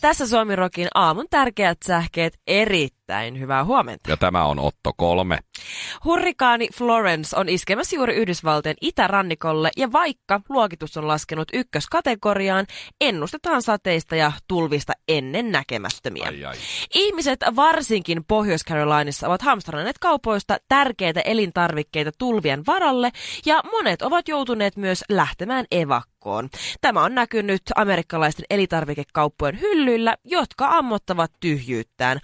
Tässä Suomirokin aamun tärkeät sähkeet. Erittäin hyvää huomenta. Ja tämä on Otto kolme. Hurrikaani Florence on iskemässä juuri Yhdysvaltojen itärannikolle ja vaikka luokitus on laskenut ykköskategoriaan, ennustetaan sateista ja tulvista ennen näkemättömiä. Ai, ai. Ihmiset varsinkin Pohjois-Carolinassa ovat hamstranneet kaupoista tärkeitä elintarvikkeita tulvien varalle ja monet ovat joutuneet myös lähtemään evakkoon. Tämä on näkynyt amerikkalaisten elintarvikekauppojen hyllyillä, jotka ammottavat tyhjyyttään.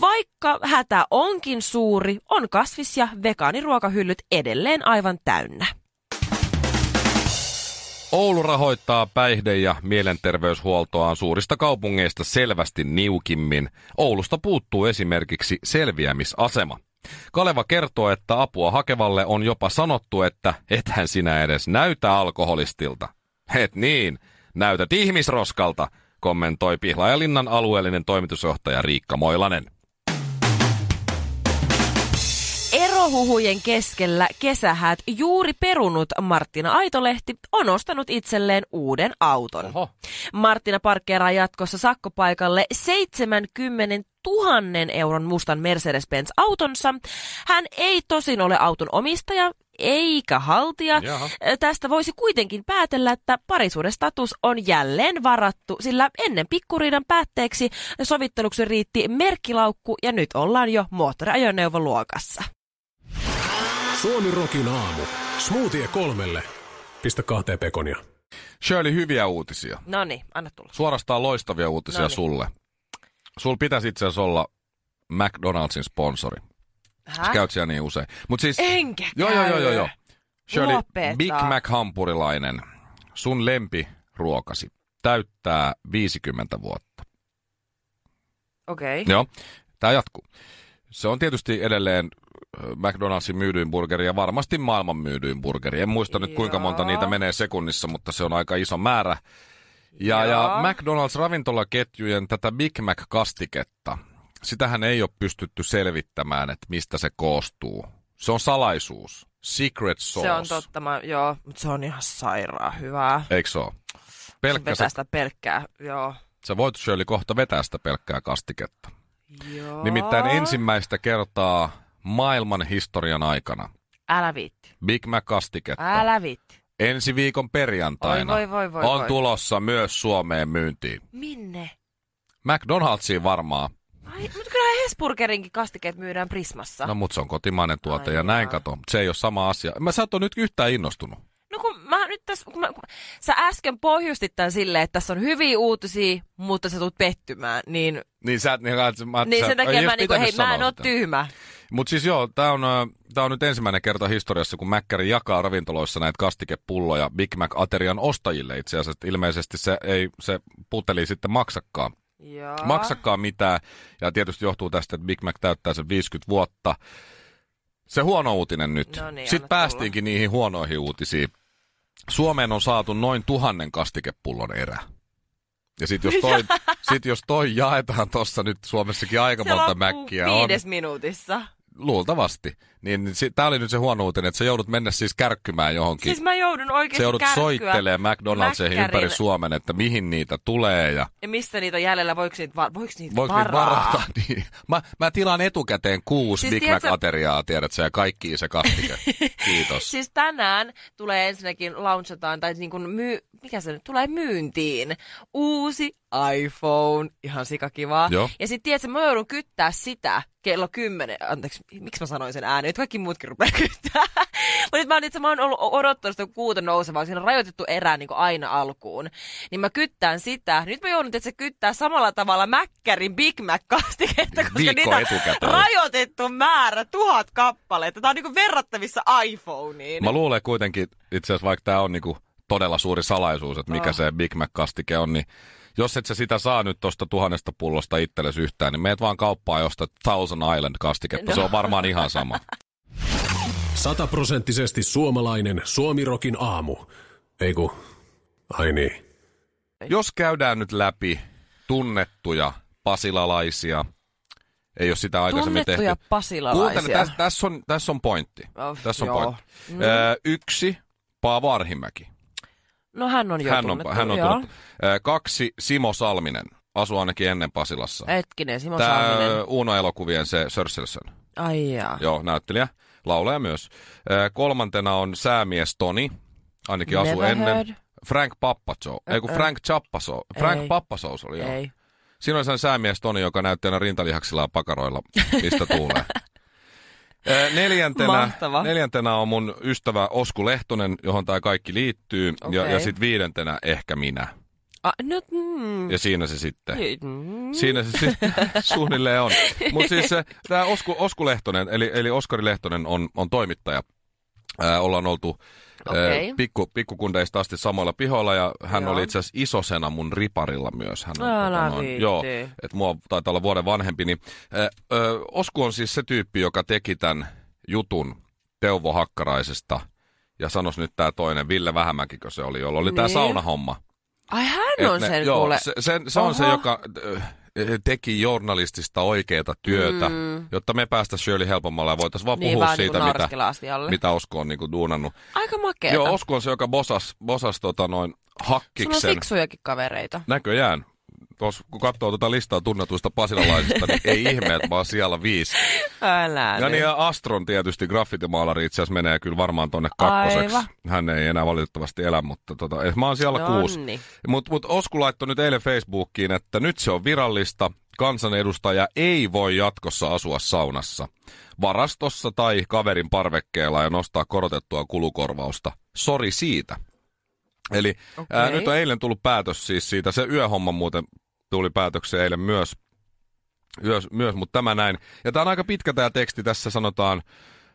Vaikka hätä onkin suuri, on kasvis- ja vegaaniruokahyllyt edelleen aivan täynnä. Oulu rahoittaa päihde- ja mielenterveyshuoltoaan suurista kaupungeista selvästi niukimmin. Oulusta puuttuu esimerkiksi selviämisasema. Kaleva kertoo, että apua hakevalle on jopa sanottu, että ethän sinä edes näytä alkoholistilta. Et niin, näytät ihmisroskalta, kommentoi Pihlajalinnan alueellinen toimitusjohtaja Riikka Moilanen. Erohuhujen keskellä kesähät juuri perunut Martina Aitolehti on ostanut itselleen uuden auton. Oho. Martina parkkeeraa jatkossa sakkopaikalle 70 000 euron mustan Mercedes-Benz autonsa. Hän ei tosin ole auton omistaja eikä haltija. Jaha. Ö, Tästä voisi kuitenkin päätellä, että parisuudestatus on jälleen varattu, sillä ennen pikkuriidan päätteeksi sovitteluksi riitti merkkilaukku ja nyt ollaan jo moottoriajoneuvoluokassa. Suomi Rokin aamu. Smoothie kolmelle. Pistä kahteen pekonia. Shirley, hyviä uutisia. No niin, anna tulla. Suorastaan loistavia uutisia Noniin. sulle. Sul pitäisi itse asiassa olla McDonaldsin sponsori. Sä käyt siellä niin usein. Mut siis, Enkä joo, joo, joo, joo, Äh? käy. joo. Shirley, Lopeta. Big Mac hampurilainen, sun lempiruokasi, täyttää 50 vuotta. Okei. Okay. Joo, tämä jatkuu. Se on tietysti edelleen ö, McDonaldsin myydyin burgeri ja varmasti maailman myydyin burgeri. En muista nyt kuinka monta Joo. niitä menee sekunnissa, mutta se on aika iso määrä. Ja, ja Joo. McDonald's ravintolaketjujen tätä Big Mac-kastiketta, sitähän ei ole pystytty selvittämään, että mistä se koostuu. Se on salaisuus. Secret sauce. Se on totta, mä, joo, mutta se on ihan sairaan hyvää. Eikö se ole? Pelkkä Pelkkä vetää se, sitä pelkkää, joo. sä voit Shirley kohta vetää sitä pelkkää kastiketta. joo. Nimittäin ensimmäistä kertaa maailman historian aikana Älä viitti, Big Mac-kastiketta älä viitti. ensi viikon perjantaina Oi, voi, voi, voi, on voi. tulossa myös Suomeen myyntiin. Minne? McDonald'siin varmaan. Ai, mutta kyllähän Hesburgerinkin kastikeet myydään Prismassa. No, No mut se on kotimainen tuote ja Ai näin jaa. kato. Sä ei ole sama asia. Mä sä et ole nyt yhtään innostunut. no kun mä nyt tässä, kun mä, kun, sä äsken pohjustit tämän silleen, että tässä on hyviä uutisia, mutta sä tulet pettymään, niin, Niin sä, et- niin, sä- mä, niin sä, sen takia ei mä olisi niinku, pitänyt hei mä en sanoa oo sitä. tyhmä. Mut siis joo, tää on, ö, tää on nyt ensimmäinen kerta historiassa, kun Mäkkäri jakaa ravintoloissa näitä kastikepulloja Big Mac-aterian ostajille itse asiassa. että Ilmeisesti se, ei, se puteli sitten maksakaan. Joo. maksakaan mitään. Ja tietysti johtuu tästä, että Big Mac täyttää sen 50 vuotta. Se huono uutinen nyt. No niin, anna Sitten päästiinkin niihin huonoihin uutisiin. Suomeen on saatu noin tuhannen kastikepullon erä. Ja sit jos toi, sit jos toi jaetaan tuossa nyt Suomessakin aika Se monta loppuu mäkkiä on, viides minuutissa. luultavasti, niin tämä oli nyt se huono uutinen, että sä joudut mennä siis kärkkymään johonkin. Siis mä joudun oikeesti sä joudut kärkkyä soittelemaan McDonald'seihin ympäri Mäkkärin- Suomen, että mihin niitä tulee ja Ja mistä niitä on jäljellä, voiko niitä, va- voiko niitä Voiko niitä varata? Niin. Mä, mä tilaan etukäteen kuusi Siis siis Big tiedätkö- Mac-ateriaa, tiedätkö, ja kaikki se kastike. Kiitos. Siis tänään tulee ensinnäkin launchataan, tai niin kuin myy, mikä se nyt tulee myyntiin, uusi iPhone, ihan sikakivaa. Joo. Ja sitten tiedätkö, mä joudun kyttää sitä kello 10, anteeksi, miksi mä sanoin sen ääneen, nyt kaikki muutkin rupeaa kyttää. Mutta nyt mä oon, itse, mä oon ollut odottanut sitä kuuta nousevaa, siinä on rajoitettu erää niin kuin aina alkuun. Niin mä kyttään sitä. Nyt mä joudun tietysti kyttää samalla tavalla Mäkkärin Big Mac-kastiketta, koska Viikko niitä on etukäteen. rajoitettu määrä, tuhat kappaletta. Tämä on niin kuin niinku verrattavissa iPhoneen. Mä luulen kuitenkin, itse asiassa vaikka tämä on niinku todella suuri salaisuus, että mikä oh. se Big Mac-kastike on, niin jos et sä sitä saa nyt tuosta tuhannesta pullosta itsellesi yhtään, niin meet vaan kauppaan josta Thousand Island-kastiketta. No. Se on varmaan ihan sama. Sataprosenttisesti suomalainen Suomirokin aamu. Ei ku, ai niin. Jos käydään nyt läpi tunnettuja pasilalaisia, ei ole sitä aikaisemmin Tunnettuja tehty. pasilalaisia. Kuuntele, tässä täs on, täs on pointti. Oh, tässä on joo. pointti. Ö, yksi, Paavo Arhimäki. No hän on jo Hän on, tunnettu, hän on joo. tunnettu. Ö, Kaksi, Simo Salminen. Asu ainakin ennen Pasilassa. Hetkinen, Simo Tää... Tämä Salminen. Ah. Uuno-elokuvien se Sörselsen. Ai jaa. Joo, näyttelijä. Laulaja myös. Ö, Kolmantena on säämies Toni. Ainakin asu Never ennen. heard. Frank Pappaso. Ei kun Frank Chappaso. Frank Ei. Pappasous oli joo. Ei. Siinä oli sen säämies Toni, joka näytti aina rintalihaksillaan ja pakaroilla, mistä tuulee. Ö, Neljäntenä, Mahtava. neljäntenä on mun ystävä Osku Lehtonen, johon tämä kaikki liittyy. Okay. Ja, ja Okei. sitten viidentenä ehkä minä. A, no, mm. Ja siinä se sitten. Mm. Siinä se sitten suunnilleen on. Mutta siis tämä Osku, Osku Lehtonen, eli, eli Oskari Lehtonen on, on toimittaja. Ää, ollaan oltu Okei. ää, pikku, pikkukundeista asti samoilla pihoilla ja hän Joo. oli itse asiassa isosena mun riparilla myös. Hän on, Älä tota noin- viitti. joo, että mua taitaa olla vuoden vanhempi. Niin, ää, ö, Osku on siis se tyyppi, joka teki tämän jutun Teuvo Hakkaraisesta ja sanos nyt tämä toinen, Ville Vähämäkikö se oli, jolla oli niin. tämä Niin. saunahomma. Ai Et hän on sen joo, kuule. Se, se, se on se, Oho. joka äh, teki journalistista oikeata työtä, mm. jotta me päästä Shirley helpommalla ja voitaisiin vaan niin puhua vähän siitä, niin mitä, narskela-asialle. mitä Osko on niinku duunannut. Aika makeeta. Joo, Osko on se, joka bosas, bosas tota noin Sulla on hakkiksen fiksujakin kavereita. näköjään. Tuossa, kun katsoo tuota listaa tunnetuista pasilalaisista, niin ei ihme, että mä oon siellä viisi. Älä Ja nyt. niin, ja Astron tietysti graffitimaalari itse asiassa menee kyllä varmaan tonne kakkoseksi. Aivan. No Hän ei enää valitettavasti elä, mutta tota, eh, mä oon siellä Nonni. kuusi. Mutta mut Osku laittoi nyt eilen Facebookiin, että nyt se on virallista. Kansanedustaja ei voi jatkossa asua saunassa, varastossa tai kaverin parvekkeella ja nostaa korotettua kulukorvausta. Sori siitä. Eli okay. ää, Okei. nyt on eilen tullut päätös siis siitä. Se yöhomma muuten tuli päätökseen eilen myös, myös, myös mutta tämä näin. Ja tämä on aika pitkä tämä teksti. Tässä sanotaan,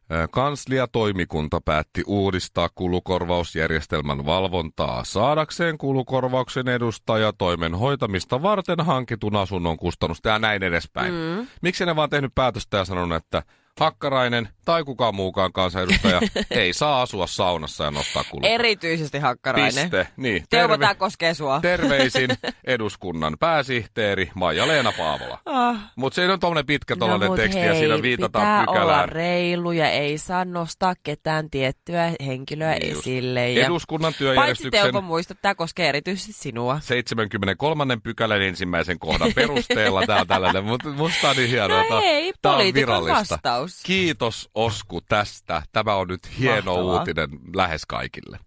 ää, kansliatoimikunta päätti uudistaa kulukorvausjärjestelmän valvontaa saadakseen kulukorvauksen edustaja toimen hoitamista varten hankitun asunnon kustannusta ja näin edespäin. Mm. Miksi ne vaan tehnyt päätöstä ja sanonut, että Hakkarainen tai kukaan muukaan kansanedustaja ei saa asua saunassa ja nostaa kulukorvauksia. Erityisesti hakkarainen. Piste. Niin. Teuvo, Terve- tää koskee sua. Terveisin eduskunnan pääsihteeri Maija-Leena Paavola. Ah. Mutta se on tuommoinen pitkä No tuollainen mut teksti hei, ja siinä viitataan pitää olla pykälään. reilu ja ei saa nostaa ketään tiettyä henkilöä Niin just. esille. Ja... Eduskunnan Paitsi työjärjestyksen Teuvo muista, tämä koskee erityisesti sinua. 73. pykälän ensimmäisen kohdan perusteella tää on tällainen, mutta musta on niin hienoa. No tää- hei, tää on poliitikon virallista. vastaus. Kiitos Osku tästä. Tämä on nyt hieno Mahtavaa. uutinen lähes kaikille.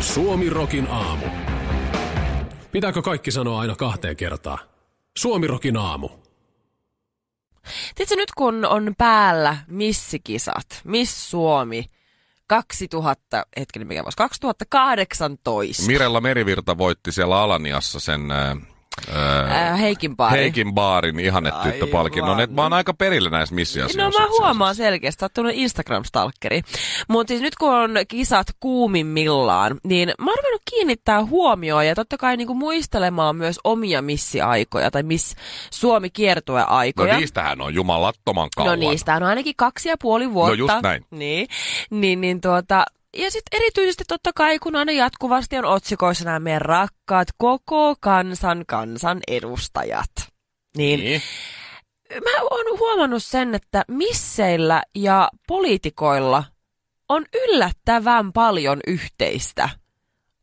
Suomirokin aamu. Pitääkö kaikki sanoa aina kahteen kertaan? Suomirokin aamu. Tiedätkö nyt kun on päällä missikisat, Miss Suomi 2000, hetkinen mikä vuosi, 2018. Mirella Merivirta voitti siellä Alaniassa sen... Ää, ää, Äh, Heikin pari. Heikin baarin ihannetyttöpalkinnon. Aivan. Et mä oon aika perillä näissä missiasioissa. No mä huomaan selkeästi, että oot Instagram-stalkeri. Mutta siis nyt kun on kisat kuumimmillaan, niin mä oon ruvennut kiinnittää huomioon ja totta kai niinku muistelemaan myös omia missiaikoja tai miss Suomi No kiertueaikoja. niistähän on jumalattoman kauan. No No niistä on ainakin kaksi ja puoli vuotta. just näin. Niin, niin, niin tuota, ja sitten erityisesti totta kai, kun aina jatkuvasti on otsikoissa nämä meidän rakkaat koko kansan kansan edustajat. Niin, Niin. mä oon huomannut sen, että misseillä ja poliitikoilla on yllättävän paljon yhteistä.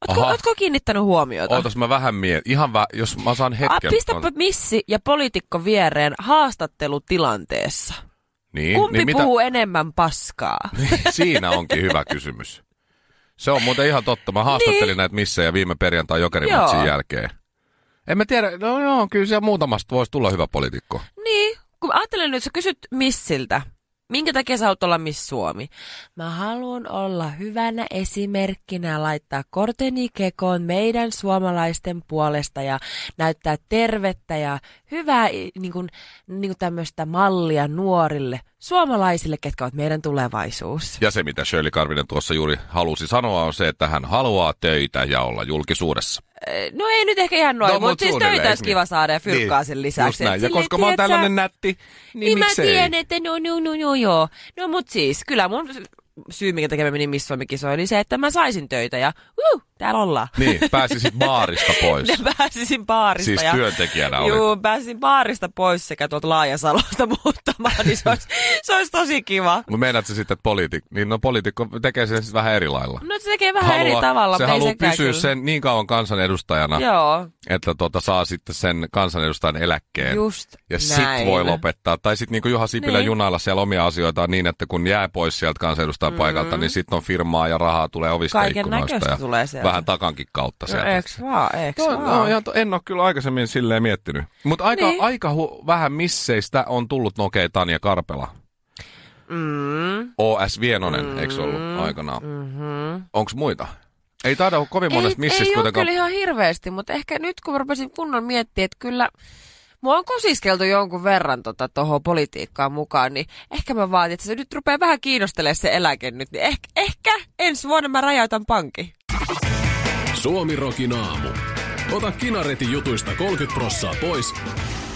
Ootko, Aha. ootko kiinnittänyt huomiota? Ootas mä vähän mie... Ihan vä... Jos mä saan A, hetken... Niin, pistäpä missi ja poliitikko viereen haastattelutilanteessa. Niin, Kumpi niin mitä... puhuu enemmän paskaa? Siinä onkin hyvä kysymys. Se on muuten ihan totta. Mä haastattelin niin. näitä missejä viime perjantai jokerimatsin Joo. jälkeen. En mä tiedä, no joo, kyllä siellä muutamasta voisi tulla hyvä poliitikko. Niin, kun mä ajattelen nyt, sä kysyt missiltä, Minkä takia sä haluat olla Miss Suomi? Mä haluan olla hyvänä esimerkkinä ja laittaa korteni kekoon meidän suomalaisten puolesta ja näyttää tervettä ja hyvää niin kuin, niin kuin tämmöistä mallia nuorille suomalaisille, ketkä ovat meidän tulevaisuus. Ja se, mitä Shirley Karvinen tuossa juuri halusi sanoa, on se, että hän haluaa töitä ja olla julkisuudessa. Eh, No ei nyt ehkä ihan noin, No, no, mut mutta siis suunnilleen, töitä eikö olisi niin? kiva saada ja fyrkkaa sen Just lisäksi. Et näin. Ja silleen, koska mä oon tiedät sä- tällainen nätti, niin, niin mä miksei? tiedän, että no, no, no, no, joo. No mut siis, kyllä mun syy, minkä takia mä menin Miss Suomi-kisoihin, oli se, että mä saisin töitä ja uh, täällä ollaan. Niin, pääsisit baarista pois. Ne pääsisin baarista. Siis ja, työntekijänä olit. Juu, pääsin baarista pois sekä tuolta Laajasalosta muuttamaan, niin se olisi, se olisi tosi kiva. Mutta meinaat sä sitten, että poliitik- niin no, poliitikko tekee sen sitten vähän eri lailla. No se tekee vähän eri tavalla. se mutta ei haluaa sekään pysyä kyllä. sen niin kauan kansanedustajana, Joo, että tota, saa sitten sen kansanedustajan eläkkeen. just ja näin. sit voi lopettaa. Tai sitten niin kuin Juha Sipilä niin. Niin. junailla siellä omia asioitaan niin, että kun jää pois sieltä kansanedustajan mm. paikalta, niin sitten on firmaa ja rahaa tulee ovista ja Kaiken ikkunoista näköistä ja tulee sieltä. vähän takankin kautta No sieltä. eiks vaan, eiks No, vaan. no, ihan to- en ole kyllä aikaisemmin silleen miettinyt. Mutta aika, niin. Niin. aika hu- vähän misseistä on tullut nokee Tanja Karpela. Mm, OS Vienonen, mm. eikö ollut aikanaan? mm-hmm. Onko muita? Ei taida olla kovin monesta ei missistä ole kuitenkaan. kyllä ihan hirveästi, mutta ehkä nyt kun mä rupesin kunnon miettimään, että kyllä mua on kosiskeltu jonkun verran tuohon tota, politiikkaan mukaan, niin ehkä mä vaatin, että se nyt rupeaa vähän kiinnostelemaan se eläke nyt, niin ehkä, ehkä ensi vuonna mä räjäytän pankin. Suomirokin aamu. Ota kinaretin jutuista 30 prossaa pois,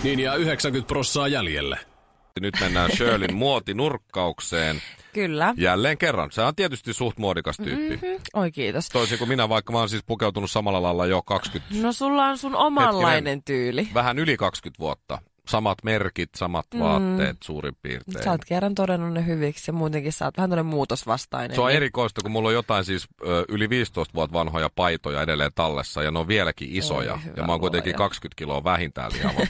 niin jää 90 prossaa jäljelle. Nyt mennään Shirlin muotinurkkaukseen. Kyllä. Jälleen kerran. Se on tietysti suht muodikas tyyppi. Mm-hmm. Oi kiitos. Toisin kuin minä, vaikka mä oon siis pukeutunut samalla lailla jo 20, No sulla on sun omanlainen tyyli. vähän yli 20 vuotta. Samat merkit, samat mm. vaatteet suurin piirtein. Mhm. Sä oot kerran todennut ne hyviksi ja muutenkin sä oot vähän toinen muutosvastainen. Se on niin- erikoista, kun mulla on jotain siis ö, yli 15 vuotta vanhoja paitoja edelleen tallessa ja ne on vieläkin isoja. Oi, hyvä ja mä oon kuitenkin luoja. 20 kiloa vähintään lihava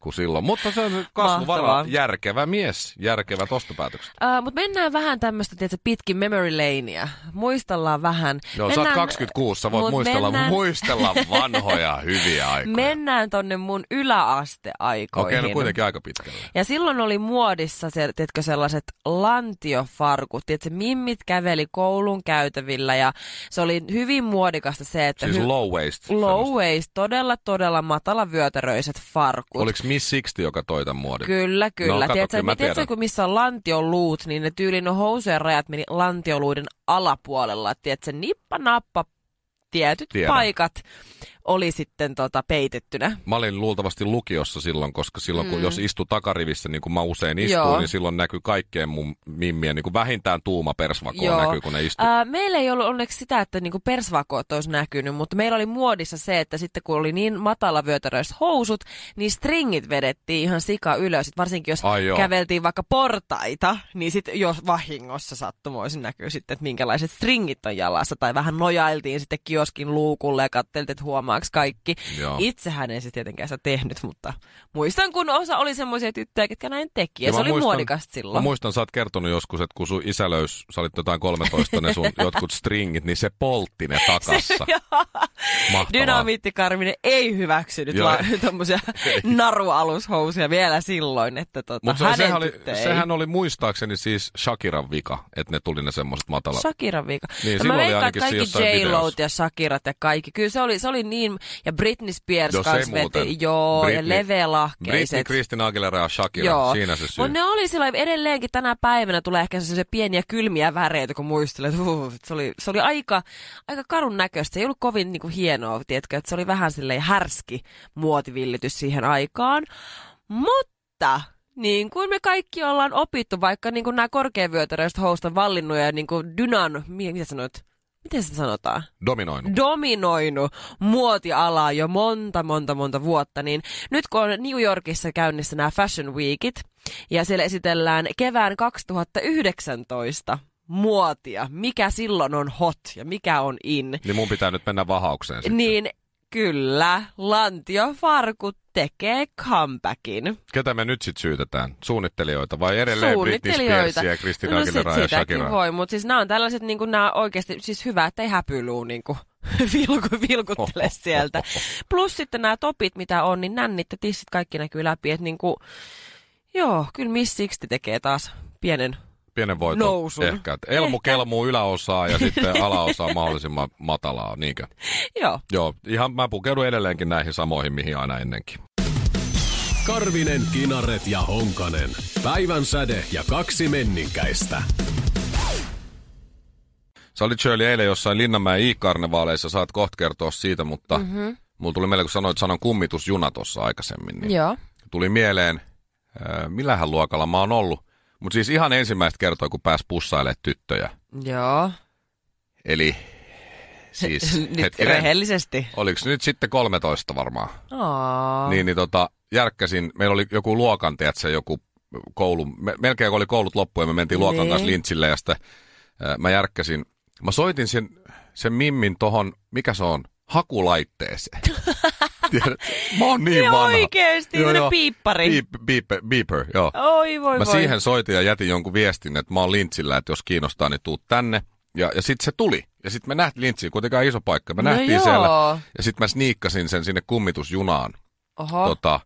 kuin silloin. Mutta se on kasvuvara, Mahtavaa. järkevä mies, järkevät ostopäätökset. Uh, Mutta mennään vähän tämmöistä, tiedätkö, pitkin memory lanea. Muistellaan vähän. Joo, mennään, sä oot 26, sä voit mut muistella, mennään- muistella vanhoja hyviä aikoja. Mennään tonne mun yläasteaikoihin. Okei, no kuitenkin aika pitkälle. Ja silloin oli muodissa se, tiedätkö, sellaiset lantiofarkut, tiedätkö, mimmit käveli koulun käytävillä ja se oli hyvin muodikasta se, että Siis low waist. low waist, todella todella matala vyötäröiset farkut. Oliko Miss Sixty, joka toi tämän muodin? Kyllä, kyllä. kato, tiedätkö, kyllä mä tiedätkö, tiedän. kun missä on lantioluut, niin ne tyylin no housujen rajat meni lantioluiden alapuolella. Et Tiedätkö, nippa nappa tietyt Tiedän. Tiedän. paikat oli sitten tota, peitettynä. Mä olin luultavasti lukiossa silloin, koska silloin kun jos istu takarivissä, niin kuin mä usein istuin, Mm. Joo. niin silloin näkyy kaikkeen mun mimmien, niin kuin vähintään tuuma persvakoa Joo. näkyy, kun ne istuu. Ää, meillä ei ollut onneksi sitä, että niinku persvakoot olisi näkynyt, mutta meillä oli muodissa se, että sitten kun oli niin matala vyötäröiset housut, niin stringit vedettiin ihan sika ylös. Et varsinkin jos Ai joo. käveltiin vaikka portaita, niin sitten jos vahingossa sattumoisin näkyy sitten, että minkälaiset stringit on jalassa. Tai vähän nojailtiin sitten kioskin luukulle ja katseltiin, että huomaaks kaikki. Joo. Itsehän en siis tietenkään sitä tehnyt, mutta muistan kun osa oli semmoisia tyttöjä, ketkä näin teki. Ja, Ja se mä oli muodikasta Mä silloin. muistan, sä oot kertonut joskus, että kun sun isä löys, sä olit jotain 13, ne sun jotkut stringit, niin se poltti ne takassa. Mahtavaa. Dynamiitti Karminen ei hyväksynyt Joo, la- ei. tommosia narualushousuja vielä silloin, että tota, Mutta se, hänen sehän, oli, tyttö ei. sehän oli muistaakseni siis Shakiran vika, että ne tuli ne semmoiset matalat. Shakiran vika. Niin, Ja silloin mä oli veikkaan, ainakin että kaikki jossain j videossa. ja Shakirat ja kaikki. Kyllä se oli, se oli niin, ja Britney Spears Jos ei kanssa muuten. veti, joo, Britney- ja Britney, leveälahkeiset. Kristina Aguilera ja Shakira, Joo. siinä se syy. Mut ne oli silloin edelleenkin tänä päivänä tulee ehkä se pieniä kylmiä väreitä, kun muistelet. Uh, se, oli, se oli aika, aika karun näköistä. Se ei ollut kovin niinku, hienoa, tiedätkö, että se oli vähän silleen härski muotivillitys siihen aikaan. Mutta niin kuin me kaikki ollaan opittu, vaikka niin kuin nämä korkeavyötäräiset housut on vallinnut ja niin kuin dynan, mi- mitä sanoit? Miten se sanotaan? Dominoinut. dominoinut muotialaa jo monta, monta, monta vuotta, niin nyt kun on New Yorkissa käynnissä nämä Fashion Weekit, ja siellä esitellään kevään 2019 muotia, mikä silloin on hot ja mikä on in, Niin mun pitää nyt mennä vahaukseen. Sitten. niin kyllä, lantiofarkut tekee comebackin. Ketä me nyt sitten syytetään? Suunnittelijoita vai edelleen Britney Spearsia ja Kristina no Aguilera sit ja sitäkin Shakira? voi, mutta siis nämä on tällaiset, niin kuin nämä oikeasti, siis hyvä, ettei häpyluu niin kuin vilku, vilkuttele sieltä. Plus sitten nämä topit, mitä on, niinku, niin nännit ja tissit kaikki näkyy läpi, että niin kuin, joo, kyllä Miss Sixty tekee taas pienen. Pienen voiton Nousun. ehkä. Et Elmu Ehkä. kelmuu yläosaa ja sitten alaosaa mahdollisimman matalaa, niinkö? Joo. Joo, ihan mä pukeudun edelleenkin näihin samoihin, mihin aina ennenkin. Karvinen, Kinaret ja Honkanen. Päivän säde ja kaksi menninkäistä. Sä olit Shirley eilen jossain Linnanmäen i-karnevaaleissa, saat kohta kertoa siitä, mutta mm-hmm. mulla tuli mieleen, kun sanoit sanan kummitusjuna tuossa aikaisemmin, niin Joo. tuli mieleen, äh, millähän luokalla mä oon ollut. Mutta siis ihan ensimmäistä kertaa, kun pääs pussailemaan tyttöjä. Joo. Eli siis Nyt hetkinen, rehellisesti. oliko nyt sitten 13 varmaan? Aa. Niin, niin tota, järkkäsin, meillä oli joku luokan, tiedätkö, joku koulu, me, melkein kun oli koulut loppu ja me mentiin luokan Niin. kanssa lintsille ja sitten ää, mä järkkäsin. Mä soitin sen, sen mimmin tohon, mikä se on, hakulaitteeseen. Tiedät, mä oon niin Niin vanha. oikeesti, semmonen piippari. Beep, beep, beeper, joo. Oi voi Mä voi. siihen soitin ja jätin jonkun viestin, että mä oon lintsillä, että jos kiinnostaa, niin tuu tänne. Ja, ja sitten se tuli. Ja sitten me nähtiin lintsiin, kuitenkaan iso paikka. Me No nähtiin joo. siellä. Ja sitten mä sniikkasin sen sinne kummitusjunaan Oho. tota,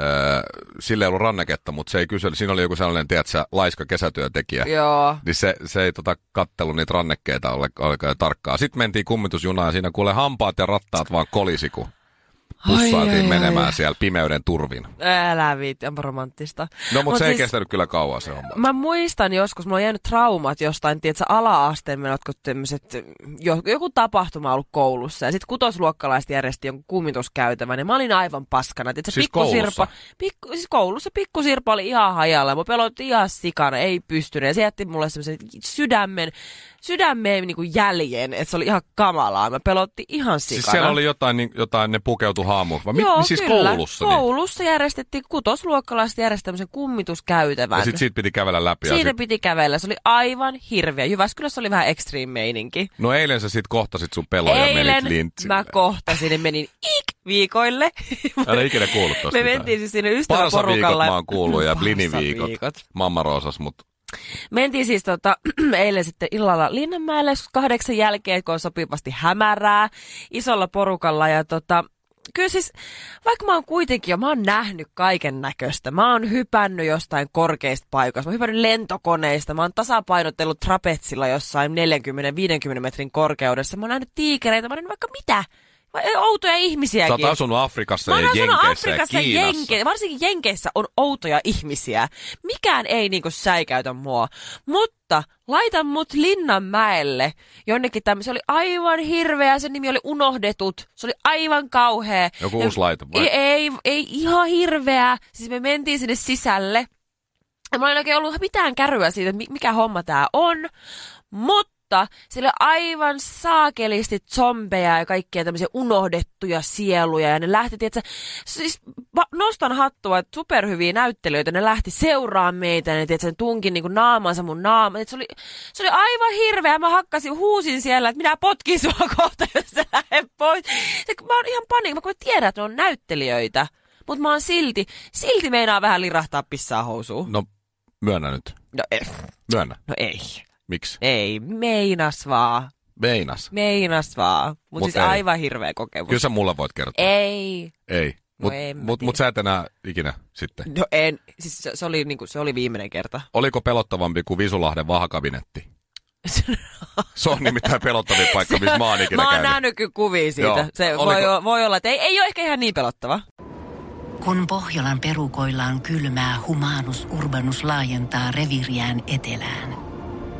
öö, sillä ei ollut ranneketta, mutta se ei kysely. Siinä oli joku sellainen, tiedätkö, laiska kesätyötekijä. Joo. Niin se, se ei tota, kattelu niitä rannekkeita ole, olekaan tarkkaan. Sitten mentiin kummitusjunaan ja siinä kuule hampaat ja rattaat vaan kolisi, kun Ai, ai, pussailtiin menemään ai. siellä pimeyden turvin. Älä viitti, onpa romanttista. No, mutta Mut se siis... ei kestänyt kyllä kauan se homma. Mä muistan joskus, mulla on jäänyt traumat jostain, tiedätkö, ala-asteen meillä jotkut tämmöiset, jo- joku tapahtuma on ollut koulussa. Ja sit kutosluokkalaiset järjesti jonkun kummituskäytävän, ja mä olin aivan paskana. Tiedätkö, Siis koulussa? pikkusirpa, pikku, siis koulussa pikkusirpa oli ihan hajalla, mä pelotti ihan sikana, ei pystynyt. Ja se jätti mulle semmoisen sydämen, sydämeen niin kuin jäljen, että se oli ihan kamalaa. Mä pelotti ihan sikana. Siis siellä oli jotain, niin, jotain ne pukeutu haamuun. Vai mi- Joo, siis kyllä. koulussa? Niin. Koulussa järjestettiin, kutosluokkalaiset järjestivät tämmöisen kummituskäytävän. Ja sit siitä piti kävellä läpi. ja Siinä sit... piti kävellä. Se oli aivan hirveä. Jyväskylässä oli vähän extreme meininki. No eilen sä sit kohtasit sun pelon ja menit Eilen lintsille. mä kohtasin ja menin ik viikoille. Älä ikinä kuullut tosta Me mitään. mentiin siis sinne Parsaviikot ystäväporukalla. mä oon kuullut ja bliniviikot. Parsaviikot. Mamma Roosas, mutta Mentiin siis tota, eilen sitten illalla Linnanmäelle joskus kahdeksan jälkeen, kun on sopivasti hämärää isolla porukalla ja tota, Kyllä siis, vaikka mä oon kuitenkin jo, mä oon nähnyt kaiken näköistä. Mä oon hypännyt jostain korkeista paikoista, mä oon hypännyt lentokoneista, mä oon tasapainotellut trapetsilla jossain 40-50 metrin korkeudessa. Mä oon nähnyt tiikereitä, mä oon nähnyt vaikka mitä. Vai- Outoja sä ihmisiäkin. oot asunut Afrikassa Mä ja oon asunut Jenkeissä ja Afrikassa ja Kiinassa. Jenke, varsinkin Jenkeissä on outoja ihmisiä. Mikään ei niinku säikäytä mua. Mutta laita mut Linnanmäelle jonnekin tämmöisen. Se oli aivan hirveä, sen nimi oli Unohdetut. Se oli aivan kauhea. Joku Ja- uusi laite vai? Ei, ei, ei, ihan hirveä. Siis me mentiin sinne sisälle. Ja Mulla ei oikein ollut mitään käryä siitä, että mi- mikä homma tää on, mutta sillä on aivan saakelisti zombeja ja kaikkia tämmöisiä unohdettuja sieluja. Ja ne lähti, tietsä, siis va- nostan hattua, että superhyviä näyttelijöitä, ne lähti seuraamaan meitä, ja ne, tietsä, ne tunkin niinku naamansa mun naama. Et Se oli, se oli aivan hirveä, mä hakkasin, huusin siellä, että minä potkin sua kohta, jos sä lähdet pois. Se, mä oon ihan paniikka, mä kun mä tiedän, että ne on näyttelijöitä. Mutta mä oon silti, silti meinaa vähän lirahtaa pissaa housuun. No, myönnä nyt. No ei, Myönnä. no ei, Miksi? ei, meinas vaan, Meinas. meinas vaan. Mutta Mut Mut siis ei. aivan hirveä kokemus. Kyllä sä mulle voit kertoa. Ei, No Ei. Mut, en mä mut, mut tiedä. sä et enää ikinä sitten. no en, siis se, se, oli, niinku, se oli viimeinen kerta. Oliko pelottavampi kuin Visulahden vahakabinetti? Se on nimittäin pelottavin paikka, missä mä oon ikinä Mä oon käynyt. nähnyt kyllä kuvia siitä. Joo. Joo. Se Oliko- voi, o- voi, olla, että ei, ei ole ehkä ihan niin pelottava. Kun Pohjolan perukoilla on kylmää, humanus urbanus laajentaa reviriään etelään.